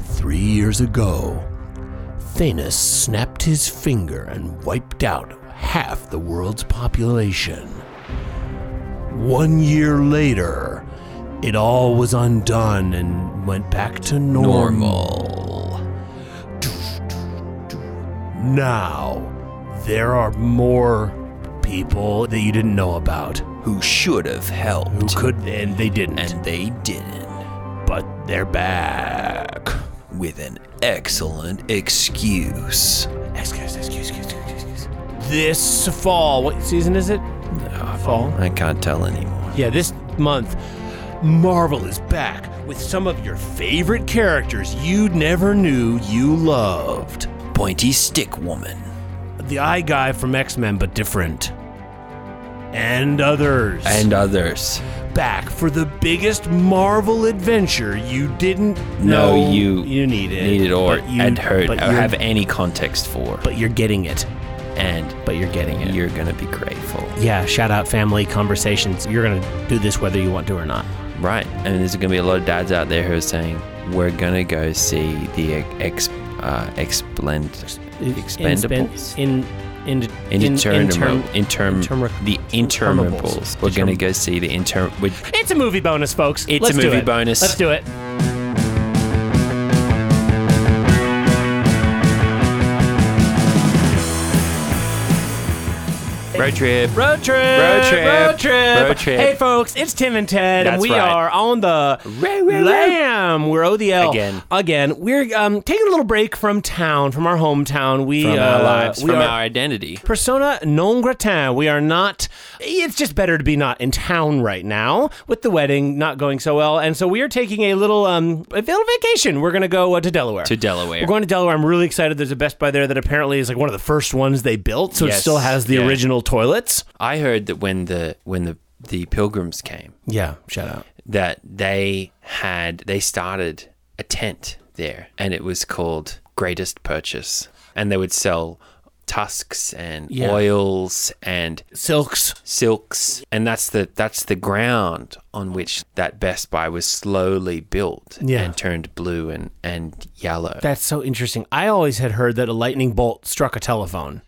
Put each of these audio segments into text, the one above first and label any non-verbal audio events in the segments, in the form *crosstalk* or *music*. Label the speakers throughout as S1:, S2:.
S1: Three years ago, Thanos snapped his finger and wiped out half the world's population. One year later, it all was undone and went back to normal. Now, there are more people that you didn't know about
S2: Who should have
S1: who
S2: helped,
S1: could, and they didn't,
S2: and they didn't,
S1: but they're back.
S2: with an excellent excuse.
S1: Excuse, excuse, excuse, excuse. This fall, what season is it?
S2: Uh,
S1: fall.
S2: I can't tell anymore.
S1: Yeah, this month, Marvel is back with some of your favorite characters you never knew you loved.
S2: Pointy Stick Woman.
S1: The Eye Guy from X Men, but different. And others.
S2: And others.
S1: back for the biggest Marvel adventure you didn't
S2: No,
S1: know
S2: you
S1: you needed.
S2: Needed or
S1: but you-
S2: had heard or
S1: but you're-
S2: have any context for.
S1: But you're getting it.
S2: and
S1: But you're getting it.
S2: you're gonna be grateful.
S1: yeah, shout out family conversations. You're going to do this whether you want to or not.
S2: Right. And there's gonna be a lot of dads out there who are saying, We're gonna go see the ex uh explend expendables.
S1: In, in, in, in,
S2: Interminable. Interm,
S1: intermin-
S2: the interminables. We're gonna go see the inter. we-
S1: It's a movie bonus, folks.
S2: It's
S1: Let's
S2: a
S1: do
S2: movie
S1: it.
S2: bonus.
S1: Let's do it.
S2: Road trip.
S1: Road trip.
S2: Road trip.
S1: Road trip.
S2: Road trip.
S1: Hey, folks, it's Tim and Ted, and
S2: That's
S1: we
S2: right.
S1: are on the
S2: Road, road, road.
S1: lamb. We're ODL
S2: Again.
S1: Again, we're um, taking a little break from town, from our hometown. We
S2: From
S1: uh,
S2: our lives,
S1: we
S2: from
S1: are
S2: our identity.
S1: persona non gratin. We are not. It's just better to be not in town right now with the wedding not going so well, and so we are taking a little um a little vacation. We're gonna go uh, to Delaware.
S2: To Delaware.
S1: We're going to Delaware. I'm really excited. There's a Best Buy there that apparently is like one of the first ones they built, so it
S2: Yes,
S1: still has the
S2: yeah.
S1: original toilets.
S2: I heard that when the when the the pilgrims came,
S1: Yeah, shout out.
S2: that they had they started a tent there, and it was called Greatest Purchase, and they would sell tusks and
S1: Yeah.
S2: oils and
S1: Silks.
S2: silks, and that's the that's the ground on which that Best Buy was slowly built
S1: Yeah.
S2: and turned blue and and yellow.
S1: That's so interesting. I always had heard that a lightning bolt struck a telephone,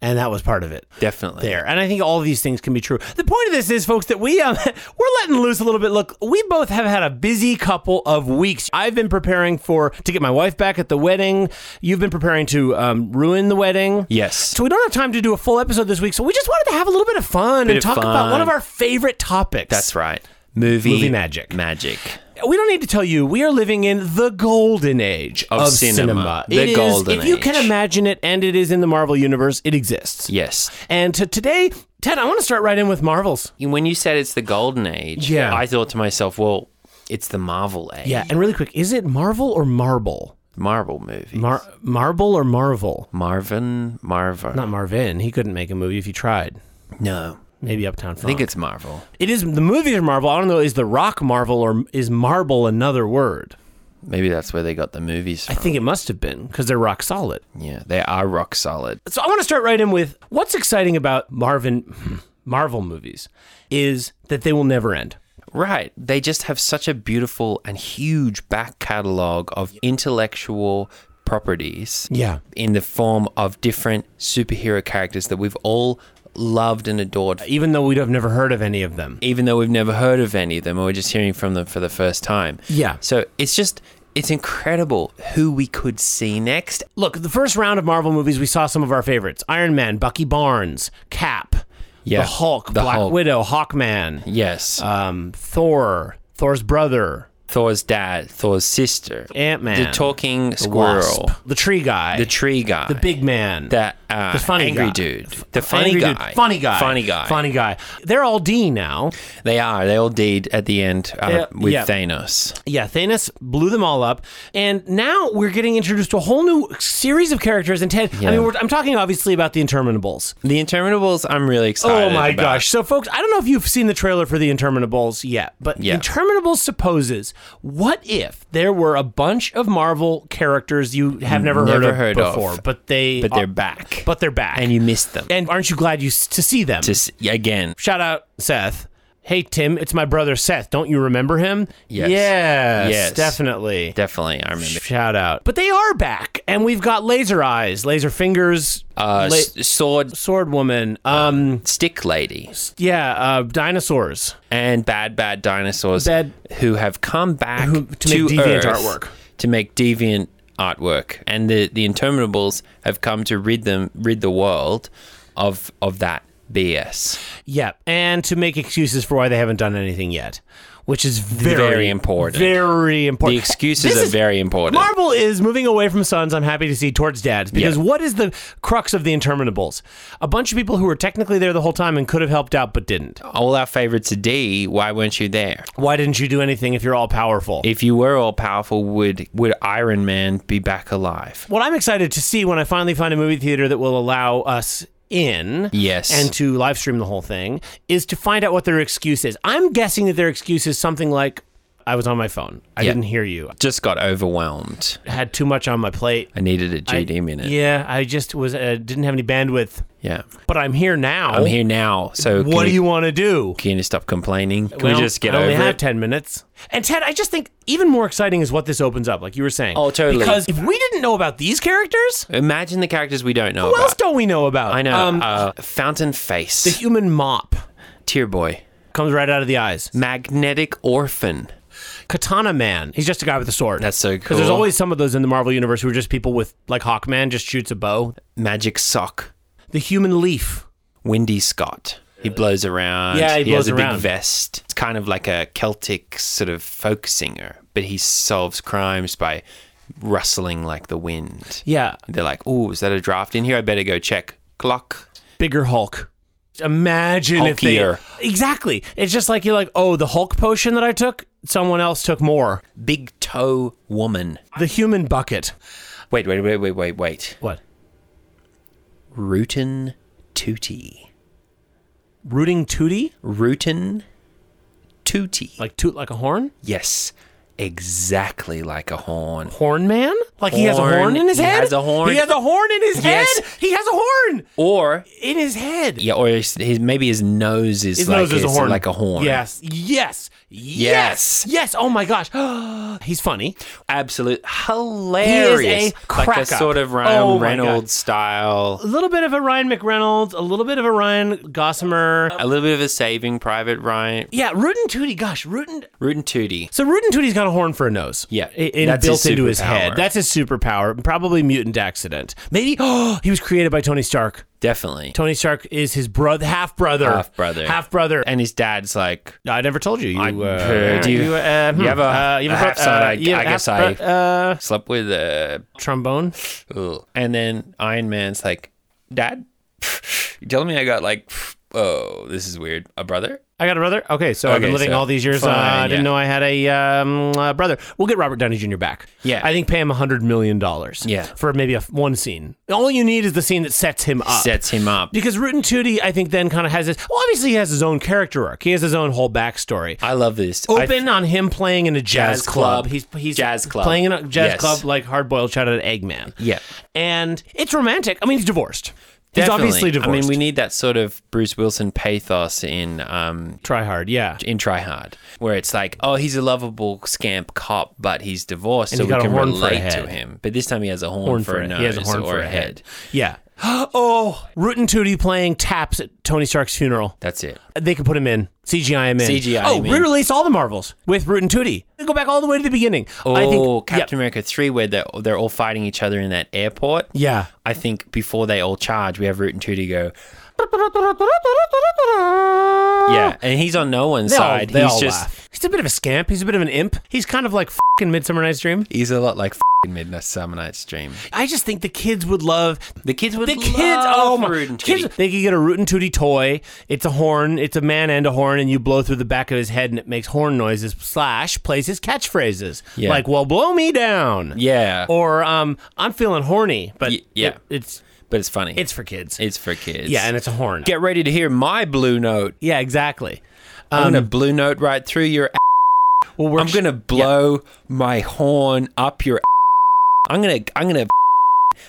S1: and that was part of it.
S2: Definitely
S1: there. And I think all of these things can be true. The point of this is, folks, that we um, *laughs* we're letting loose a little bit. Look, we both have had a busy couple of weeks. I've been preparing for to get my wife back at the wedding. You've been preparing to um, ruin the wedding.
S2: Yes.
S1: So we don't have time to do a full episode this week. So we just wanted to have a little bit of fun and
S2: of
S1: talk about one
S2: fun.
S1: of our favorite topics.
S2: That's right. Movie,
S1: Movie magic.
S2: Magic.
S1: We don't need to tell you, we are living in the golden age of,
S2: Of cinema. The
S1: It is-
S2: golden
S1: If you can
S2: age.
S1: imagine it and it is in the Marvel universe, it exists.
S2: Yes.
S1: And to today, Ted, I want to start right in with Marvels.
S2: When you said it's the golden age,
S1: Yeah.
S2: I thought to myself, well, it's the Marvel age.
S1: Yeah, and really quick, is it Marvel or Marble?
S2: Marvel movie.
S1: Mar- Marble or Marvel?
S2: Marvin, Marva.
S1: Not Marvin. He couldn't make a movie if he tried.
S2: no.
S1: Maybe Uptown Funk.
S2: I think it's Marvel.
S1: it is the movies are Marvel. I don't know. Is the Rock Marvel or is Marble another word?
S2: Maybe that's where they got the movies
S1: I
S2: from.
S1: think it must have been because they're rock solid.
S2: yeah, they are rock solid.
S1: So I want to start right in with what's exciting about Marvin *clears throat* Marvel movies is that they will never end.
S2: Right. They just have such a beautiful and huge back catalog of intellectual properties
S1: Yeah.
S2: in the form of different superhero characters that we've all loved and adored
S1: Even though we'd have never heard of any of them.
S2: even though we've never heard of any of them or we're just hearing from them for the first time.
S1: Yeah.
S2: So it's just it's incredible who we could see next.
S1: Look, the first round of Marvel movies, we saw some of our favorites: Iron Man, Bucky Barnes, Cap,
S2: Yeah,
S1: the Hulk,
S2: the
S1: Black
S2: Hulk.
S1: Widow, Hawkman,
S2: Yes.
S1: um, Thor, Thor's brother,
S2: Uh, Thor's dad, Thor's sister,
S1: Ant-Man,
S2: the talking squirrel,
S1: Wasp, the Tree Guy,
S2: the tree guy,
S1: the Big Man,
S2: that uh,
S1: the funny
S2: angry
S1: guy.
S2: dude, the funny
S1: Angry
S2: guy,
S1: dude. funny guy,
S2: funny guy,
S1: funny guy. They're all D now.
S2: They are. They all did at the end uh,
S1: Yeah,
S2: with
S1: yeah.
S2: Thanos.
S1: Yeah, Thanos blew them all up, and now we're getting introduced to a whole new series of characters. And Ted, I mean, we're, I'm talking obviously about the Interminables.
S2: The Interminables. I'm really excited.
S1: Oh my
S2: about.
S1: gosh. So folks, I don't know if you've seen the trailer for the Interminables yet, but
S2: Yeah.
S1: Interminables supposes what if there were a bunch of Marvel characters you have never, heard,
S2: Never
S1: of
S2: heard of.
S1: before, but they
S2: But they're
S1: are-
S2: back.
S1: Uh, But they're back.
S2: and you missed them.
S1: And aren't you glad you s- to see them?
S2: Just again,
S1: Shout out Seth. Hey Tim, it's my brother Seth. Don't you remember him?
S2: Yes.
S1: Yes,
S2: Yes.
S1: definitely.
S2: Definitely, I remember.
S1: Shout out. But they are back, and we've got laser eyes, laser fingers,
S2: Uh,
S1: la-
S2: s- Uh, sword,
S1: sword woman, um,
S2: stick lady,
S1: yeah, uh, dinosaurs.
S2: and bad, bad dinosaurs
S1: Bad-
S2: who have come back
S1: Who- to
S2: to,
S1: make deviant
S2: Earth
S1: artwork.
S2: to make deviant artwork, and the the Interminables have come to rid them, rid the world of of that BS.
S1: Yep, and to make excuses for why they haven't done anything yet, which is very,
S2: Very important.
S1: Very
S2: The
S1: important.
S2: excuses
S1: This
S2: are
S1: is-
S2: very important.
S1: Marvel is moving away from sons. I'm happy to see towards dads because
S2: Yeah.
S1: what is the crux of the Interminables? A bunch of people who were technically there the whole time and could have helped out but didn't.
S2: All our favorites are D. Why weren't you there?
S1: Why didn't you do anything if you're all powerful?
S2: If you were all powerful, would would Iron Man be back alive?
S1: what I'm excited to see when I finally find a movie theater that will allow us in
S2: Yes.
S1: and to live stream the whole thing is to find out what their excuse is. I'm guessing that their excuse is something like I was on my phone. I
S2: Yeah.
S1: didn't hear you.
S2: Just got overwhelmed.
S1: I had too much on my plate.
S2: I needed a GD
S1: I-
S2: minute. Yeah.
S1: Yeah, I just was uh, didn't have any bandwidth. But I'm here now.
S2: I'm here now. So
S1: What
S2: can
S1: do
S2: we-
S1: you want to do?
S2: Can you stop complaining? Can
S1: Well,
S2: we just get
S1: I only
S2: over
S1: have
S2: it?
S1: ten minutes. And Ted, I just think even more exciting is what this opens up, like you were saying.
S2: Oh, totally.
S1: Because if we didn't know about these characters,
S2: Imagine the characters we don't know
S1: who else
S2: about.
S1: don't we know about?
S2: I know.
S1: Um,
S2: uh, Fountain Face,
S1: the human mop
S2: Tear Boy,
S1: comes right out of the eyes.
S2: Mm. Magnetic Orphan.
S1: Katana Man. He's just a guy with a sword.
S2: That's so
S1: Because there's
S2: cool.
S1: always some of those in the Marvel universe who are just people with like Hawkman just shoots a bow.
S2: Magic Sock,
S1: The human leaf.
S2: Windy Scott. He blows around.
S1: Uh, Yeah, he blows
S2: has a
S1: around.
S2: big vest. It's kind of like a Celtic sort of folk singer, but he solves crimes by rustling like the wind.
S1: Yeah.
S2: They're like, "Oh, is that a draft in here? I better go check." Clock.
S1: Bigger Hulk. Imagine if they
S2: Hulkier.
S1: Exactly. It's just like you're like, oh, the Hulk potion that I took, someone else took more.
S2: Big Toe Woman.
S1: The human bucket.
S2: Wait, wait, wait, wait, wait, wait.
S1: What?
S2: Rootin' Tootie.
S1: Rooting tootie?
S2: Rootin' Tootie.
S1: Like toot like a horn?
S2: Yes, exactly like a horn.
S1: Horn man? Like he has a
S2: Horn.
S1: horn in his
S2: He
S1: head?
S2: has a horn.
S1: He has a horn in his
S2: Yes.
S1: head. He has a horn
S2: Or
S1: in his head.
S2: yeah, or his, his maybe his nose is
S1: His
S2: like
S1: nose is a horn.
S2: like a horn.
S1: Yes. Yes. Yes.
S2: Yes.
S1: Yes. Oh my gosh. *gasps* He's funny.
S2: absolute hilarious. like a
S1: crack-up.
S2: sort of Ryan
S1: Oh my
S2: Reynolds style.
S1: A little bit of a Ryan McReynolds, a little bit of a Ryan Gossamer.
S2: A little bit of a Saving Private Ryan.
S1: yeah, Rudin Tootie. Gosh, Rudin.
S2: Rootin' Tootie.
S1: So Rudin Tootie's got a horn for a nose.
S2: Yeah,
S1: I- and
S2: that's
S1: built
S2: his
S1: into his head.
S2: superpower.
S1: That's his superpower. Probably mutant accident. Maybe. *gasps* Oh, he was created by Tony Stark.
S2: Definitely.
S1: Tony Stark is his brother, half brother,
S2: Half-brother.
S1: half brother. And
S2: And his dad's like,
S1: I never told you. You
S2: I
S1: uh,
S2: heard you.
S1: uh, hmm,
S2: You have a-
S1: uh, you
S2: a
S1: have bro-
S2: half-son,
S1: uh,
S2: I-
S1: you
S2: I
S1: have
S2: guess
S1: half-bro- uh,
S2: slept with a
S1: trombone.
S2: Ugh. And then Iron Man's like, Dad, *laughs* you telling me I got like, oh, this is weird. A brother?
S1: I got a brother. Okay, so I've been
S2: Okay,
S1: living
S2: so-
S1: all these years. uh,
S2: fine,
S1: I didn't
S2: yeah.
S1: know I had a um, uh, brother. We'll get Robert Downey Jr. back.
S2: Yeah.
S1: I think pay him a hundred million dollars.
S2: Yeah.
S1: for maybe a f- one scene. All you need is the scene that sets him up.
S2: Sets him up.
S1: because Rootin' Tootie, I think, then kind of has this. Well, obviously, he has his own character arc. He has his own whole backstory.
S2: *laughs* I love this. I-
S1: Open on him playing in a jazz,
S2: Jazz
S1: club.
S2: club.
S1: He's he's
S2: Jazz club.
S1: playing in a jazz
S2: Yes.
S1: club like hard boiled. Shout out to Eggman.
S2: yeah.
S1: and it's romantic. I mean, he's divorced. He's
S2: Definitely.
S1: obviously divorced.
S2: I mean, we need that sort of Bruce Wilson pathos in um
S1: try hard. Yeah,
S2: in Try Hard, where it's like, oh, he's a lovable scamp cop, but he's divorced,
S1: And
S2: so
S1: he's
S2: we
S1: got a
S2: can
S1: horn for a
S2: relate to
S1: head.
S2: him. But this time he has a horn, for, a nose
S1: he has a horn
S2: or
S1: for
S2: a head.
S1: Yeah. *gasps* Oh, Root and Tootie playing taps at Tony Stark's funeral.
S2: That's it.
S1: They could put him in. CGI him in.
S2: CGI
S1: Oh,
S2: him in.
S1: re-release all the Marvels with Root and Tootie. Go back all the way to the beginning.
S2: Oh,
S1: I think.
S2: Captain America three, where they're, they're all fighting each other in that airport.
S1: Yeah.
S2: I think before they all charge, we have Root and Tootie go. Yeah, and he's on no one's
S1: Oh. They all,
S2: side.
S1: they
S2: he's
S1: all
S2: just
S1: laugh. He's a bit of a scamp. He's a bit of an imp. He's kind of like fucking Midsummer Night's Dream.
S2: he's a lot like fing Midnight Summer Night's Dream.
S1: I just think the kids would love
S2: The kids would
S1: the kids.
S2: love
S1: Oh my
S2: Root and
S1: kids-
S2: Tootie.
S1: They could get a Root and Tootie toy. It's a horn. It's a man and a horn, and you blow through the back of his head, and it makes horn noises. Slash plays his catchphrases
S2: Yeah.
S1: like "Well, blow me down,"
S2: Yeah,
S1: or um, "I'm feeling horny," but
S2: Y- yeah.
S1: it- it's
S2: but it's funny.
S1: it's for kids.
S2: it's for kids.
S1: yeah, and it's a horn.
S2: get ready to hear my blue note.
S1: yeah, exactly.
S2: I'm
S1: Um,
S2: gonna blue note right through your. A-
S1: Well, we're
S2: I'm gonna blow my horn up your. A- I'm gonna I'm gonna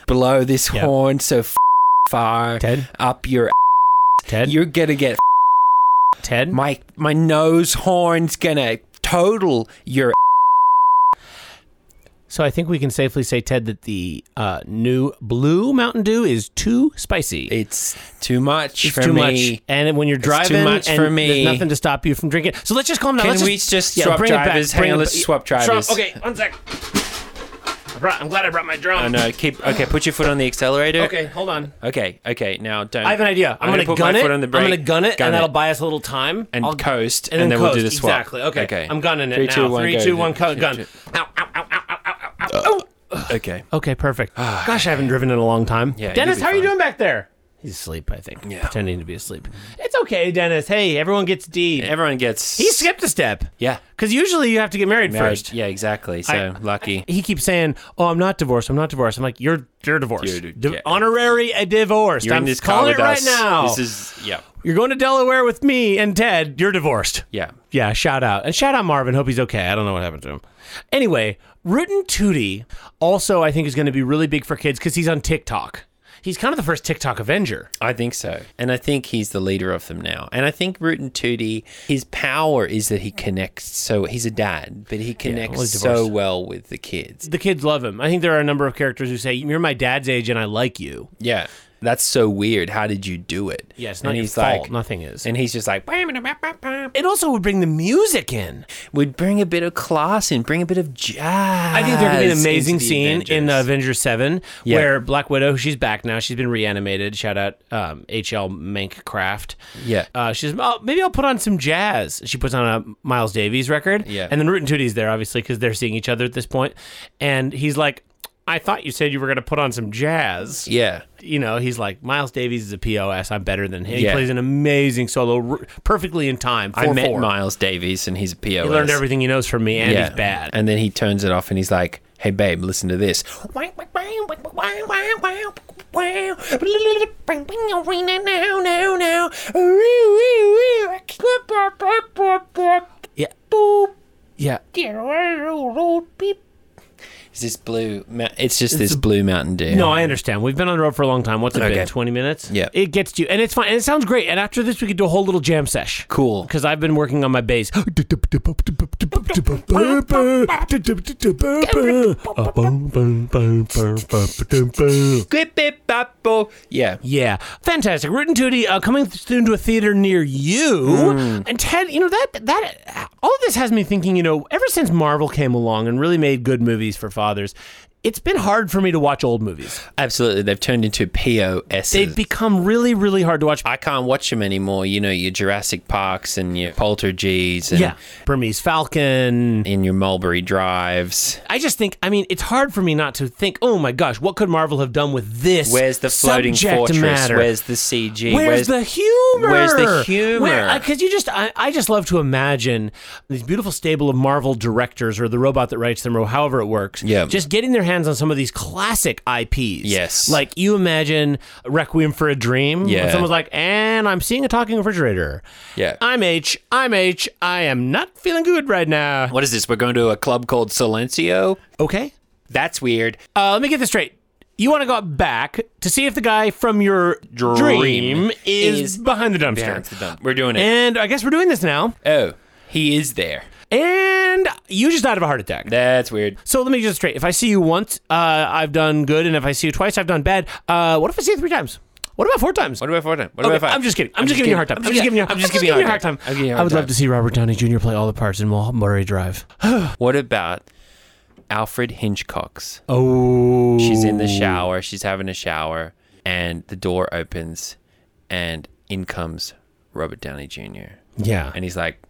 S2: blow this
S1: Yeah.
S2: horn so f- far
S1: Ted.
S2: up your. A-
S1: Ted.
S2: You're gonna get
S1: Ted?
S2: My my nose horn's gonna total your
S1: So I think we can safely say, Ted, that the uh, new blue Mountain Dew is too spicy.
S2: It's too much
S1: It's
S2: for
S1: too
S2: me.
S1: much, and when you're driving,
S2: much
S1: and
S2: for me.
S1: there's nothing to stop you from drinking. So let's just calm down.
S2: Can
S1: let's
S2: we just swap
S1: bring it back,
S2: drivers? Hang
S1: bring
S2: on,
S1: it
S2: let's
S1: back.
S2: swap
S1: Drum-
S2: drivers.
S1: okay, one sec. I brought, I'm glad I brought my drum.
S2: Oh no, keep okay, put your foot on the accelerator.
S1: Okay, hold on.
S2: Okay, okay. Now don't
S1: I have an idea. I'm, gonna,
S2: put
S1: gun
S2: my
S1: it.
S2: foot on the brake.
S1: I'm gonna gun it,
S2: Gun
S1: and that'll buy us a little time.
S2: and
S1: I'll-
S2: coast and,
S1: and,
S2: then
S1: coast.
S2: we'll do the swap.
S1: Exactly. Okay.
S2: Okay.
S1: I'm gunning it
S2: Three,
S1: now.
S2: two, one,
S1: Three,
S2: go.
S1: two, one, co-
S2: Shit,
S1: gun.
S2: shit.
S1: Ow, ow, ow, ow, ow, ow, ow, ow.
S2: Okay.
S1: Okay, perfect. Gosh, I haven't driven in a long time.
S2: Ah, Yeah,
S1: Dennis,
S2: you'll be
S1: how are you
S2: fine.
S1: doing back there? He's asleep, I think.
S2: Yeah.
S1: Pretending to be asleep. It's okay, Dennis. Hey, everyone gets D.
S2: *laughs* Everyone gets
S1: He skipped a step.
S2: Yeah.
S1: Because usually you have to get married, first.
S2: Yeah, exactly. So lucky.
S1: He keeps saying, "Oh, I'm not divorced. I'm not divorced." I'm like, "You're you're divorced.
S2: You're-
S1: Di-
S2: yeah.
S1: Honorary a divorced.
S2: You're
S1: I'm
S2: in this car
S1: calling
S2: with
S1: it right
S2: us.
S1: now.
S2: This is yeah.
S1: you're going to Delaware with me and Ted. You're divorced."
S2: Yeah.
S1: Yeah, shout out. And shout out Marvin. Hope he's okay. I don't know what happened to him. Anyway, Rootin' Tootie also, I think, is going to be really big for kids because he's on TikTok. He's kind of the first TikTok Avenger.
S2: I think so. And I think he's the leader of them now. And I think Rootin' Tootie, his power is that he connects so he's a dad, but he connects
S1: he's
S2: so
S1: divorced.
S2: well with the kids.
S1: The kids love him. I think there are a number of characters who say, You're my dad's age and I like you.
S2: Yeah. That's so weird. How did you do it?
S1: Yeah, it's
S2: and
S1: not your
S2: he's
S1: fault.
S2: like
S1: Nothing is.
S2: and he's just like "Bah, bah, bah, bah, bah."
S1: It also would bring the music in.
S2: would bring a bit of class in, bring a bit of jazz. I
S1: I think there could be an amazing scene in uh, Avengers 7
S2: Yeah.
S1: where Black Widow, she's back now. She's been reanimated. Shout out um, HL Mank Craft.
S2: Yeah.
S1: Uh, she says, oh, maybe I'll put on some jazz. She puts on a Miles Davies record.
S2: Yeah.
S1: And then Root and Tootie's there, obviously, because they're seeing each other at this point. And he's like, I thought you said you were going to put on some jazz.
S2: yeah.
S1: You know, he's like, Miles Davies is a POS. I'm better than him. He
S2: Yeah.
S1: plays an amazing solo, r- perfectly in time. 4-4.
S2: I met Miles Davies and he's a POS.
S1: He learned everything he knows from me, and he's bad.
S2: And then he turns it off and he's like, hey, babe, listen to this.
S1: Yeah. Yeah.
S2: It's this blue, ma- it's just this blue Mountain Dew.
S1: No, I understand. We've been on the road for a long time. What's it
S2: Okay.
S1: been? Twenty minutes.
S2: Yeah.
S1: it gets to you, and it's fine, and it sounds great. And after this, we could do a whole little jam sesh.
S2: Cool.
S1: Because I've been working on my bass.
S2: Yeah.
S1: Yeah, fantastic. Root and Tootie uh, coming soon to a theater near you.
S2: Mm.
S1: And Ted, you know that that all of this has me thinking. You know, ever since Marvel came along and really made good movies for fathers, it's been hard for me to watch old movies.
S2: Absolutely. They've turned into POSs.
S1: They've become really, really hard to watch.
S2: I can't watch them anymore. You know, your Jurassic Parks and your Poltergees and
S1: Yeah, Burmese Falcon.
S2: in your Mulberry Drives.
S1: I just think, I mean, it's hard for me not to think, oh my gosh, what could Marvel have done with this?
S2: Where's the floating
S1: subject
S2: fortress?
S1: Matter?
S2: Where's the CG?
S1: Where's the humor?
S2: where's the humor?
S1: Because you just, I, I just love to imagine these beautiful stable of Marvel directors or the robot that writes them or however it works.
S2: Yeah.
S1: Just getting their hands on some of these classic IPs.
S2: Yes.
S1: Like you imagine Requiem for a Dream. when
S2: Yeah.
S1: Someone's like, and I'm seeing a talking refrigerator.
S2: Yeah.
S1: I'm H. I'm H. I am not feeling good right now.
S2: What is this? We're going to a club called Silencio?
S1: Okay.
S2: That's weird.
S1: Uh, let me get this straight. You want to go back to see if the guy from your dream,
S2: Dream
S1: is,
S2: is
S1: behind the dumpster.
S2: We're doing it.
S1: And I guess we're doing this now.
S2: Oh, he is there.
S1: And you just died of a heart attack.
S2: That's weird.
S1: So let me get this straight. If I see you once, uh, I've done good. And if I see you twice, I've done bad. Uh, what if I see you three times? What about four times?
S2: What about four time? What
S1: Okay,
S2: about five?
S1: I'm just kidding. I'm, just, giving you a hard time. I'm just giving you.
S2: I'm just giving you a hard time. I'm giving you a hard
S1: I would love
S2: time.
S1: to see Robert Downey Jr. play all the parts in Mul- Murray Drive.
S2: What about Alfred Hitchcock's?
S1: Oh,
S2: She's in the shower. She's having a shower, and the door opens, and in comes Robert Downey Jr.
S1: yeah.
S2: And he's like,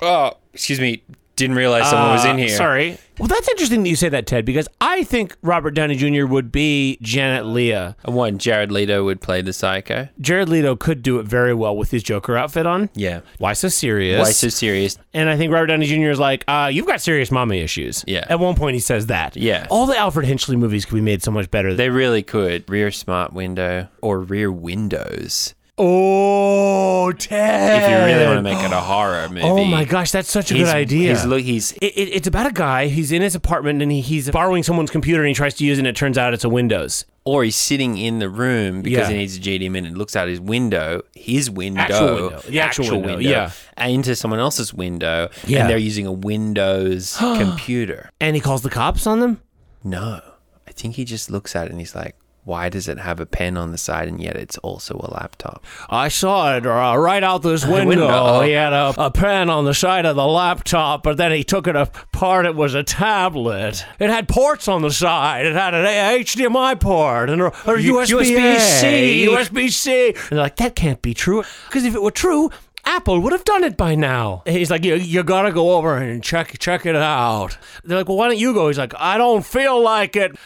S2: "Oh, excuse me, didn't realize someone was in
S1: Uh,
S2: here."
S1: Sorry. Well, that's interesting that you say that, Ted, because I think Robert Downey Jr. would be Janet Leah.
S2: And One Jared Leto would play the psycho.
S1: Jared Leto could do it very well with his Joker outfit on.
S2: Yeah.
S1: Why so serious?
S2: Why so serious?
S1: and I think Robert Downey Jr. is like, uh, you've got serious mommy issues.
S2: Yeah.
S1: At one point, he says that.
S2: Yeah.
S1: All the Alfred Hinchley movies could be made so much better.
S2: They really could. Rear smart window or rear windows.
S1: oh, Ted.
S2: If you really want to make it a horror movie.
S1: Oh my gosh, that's such a
S2: He's-
S1: good idea.
S2: He's look. He's
S1: It, it, it's about a guy. He's in his apartment and he, he's borrowing someone's computer and he tries to use it. and It turns out it's a Windows.
S2: or he's sitting in the room
S1: Yeah.
S2: because he needs a GDM and looks out his window, his window,
S1: Actual window. The actual window, yeah.
S2: into someone else's window,
S1: Yeah.
S2: and they're using a
S1: *gasps*
S2: Windows computer.
S1: And he calls the cops on them?
S2: No, I think he just looks at it and he's like, "Why does it have a pen on the side and yet it's also a laptop?"
S1: I saw it uh, right out this window.
S2: window.
S1: He had a, a pen on the side of the laptop, but then he took it apart. It was a tablet. It had ports on the side. It had an A- HDMI port and a, a
S2: U-
S1: USB
S2: USB-C.
S1: USB C. And they're like, that can't be true. Because if it were true, Apple would have done it by now. And He's like, you, you gotta go over and check check it out. They're like, well, why don't you go? He's like, I don't feel like it.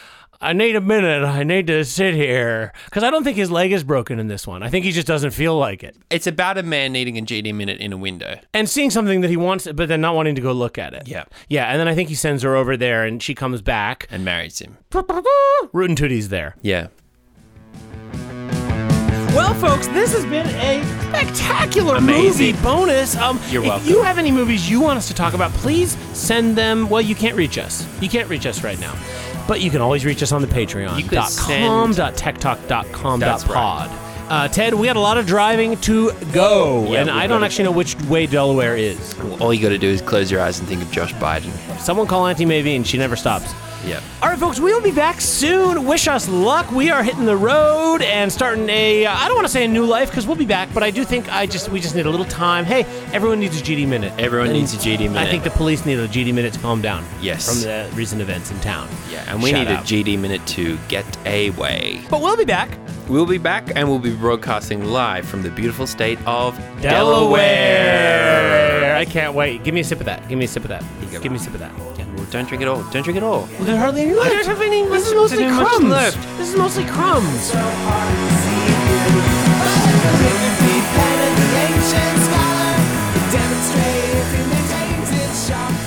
S1: I need a minute. I need to sit here because I don't think his leg is broken in this one. I think he just doesn't feel like it.
S2: It's about a man needing a GD minute in a window.
S1: And seeing something that he wants, but then not wanting to go look at it.
S2: Yeah.
S1: yeah. And then I think he sends her over there, and she comes *laughs* back.
S2: And marries him.
S1: Rootin' Tootie's there.
S2: Yeah.
S1: Well, folks, this has been a spectacular movie
S2: Amazing.
S1: bonus. Um,
S2: You're
S1: if
S2: welcome.
S1: you have any movies you want us to talk about, please send them. Well, you can't reach us. You can't reach us right now. But you can always reach us on the
S2: You could
S1: Patreon.com,
S2: send-
S1: dot techtalk.com, dot
S2: That's right.
S1: pod. Uh, Ted, we had a lot of driving to go,
S2: Yeah,
S1: and
S2: we
S1: I don't
S2: gotta
S1: actually know which way Delaware is.
S2: All you got to do is close your eyes and think of Josh Biden.
S1: Someone call Auntie Mavine. She never stops.
S2: Yeah.
S1: All right, folks, we'll be back soon. Wish us luck. We are hitting the road and starting a, uh, I don't want to say a new life because we'll be back, but I do think I just we just need a little time. Hey, everyone needs a GD minute.
S2: Everyone needs a GD minute.
S1: I think the police need a GD minute to calm down.
S2: Yes.
S1: From the recent events in town.
S2: Yeah, and we
S1: Shout
S2: need
S1: out.
S2: a GD minute to get away.
S1: But we'll be back.
S2: We'll be back and we'll be broadcasting live from the beautiful state of
S1: Delaware. I can't wait. Give me a sip of that. Give me a sip of that. Give me a sip of that. Yeah.
S2: Well, don't drink it all. Don't drink it all.
S1: There's hardly any left. This is mostly
S2: There's not much
S1: crumbs.
S2: left.
S1: This is mostly crumbs.
S3: Ancient scholar, demonstrate if he maintains his sharp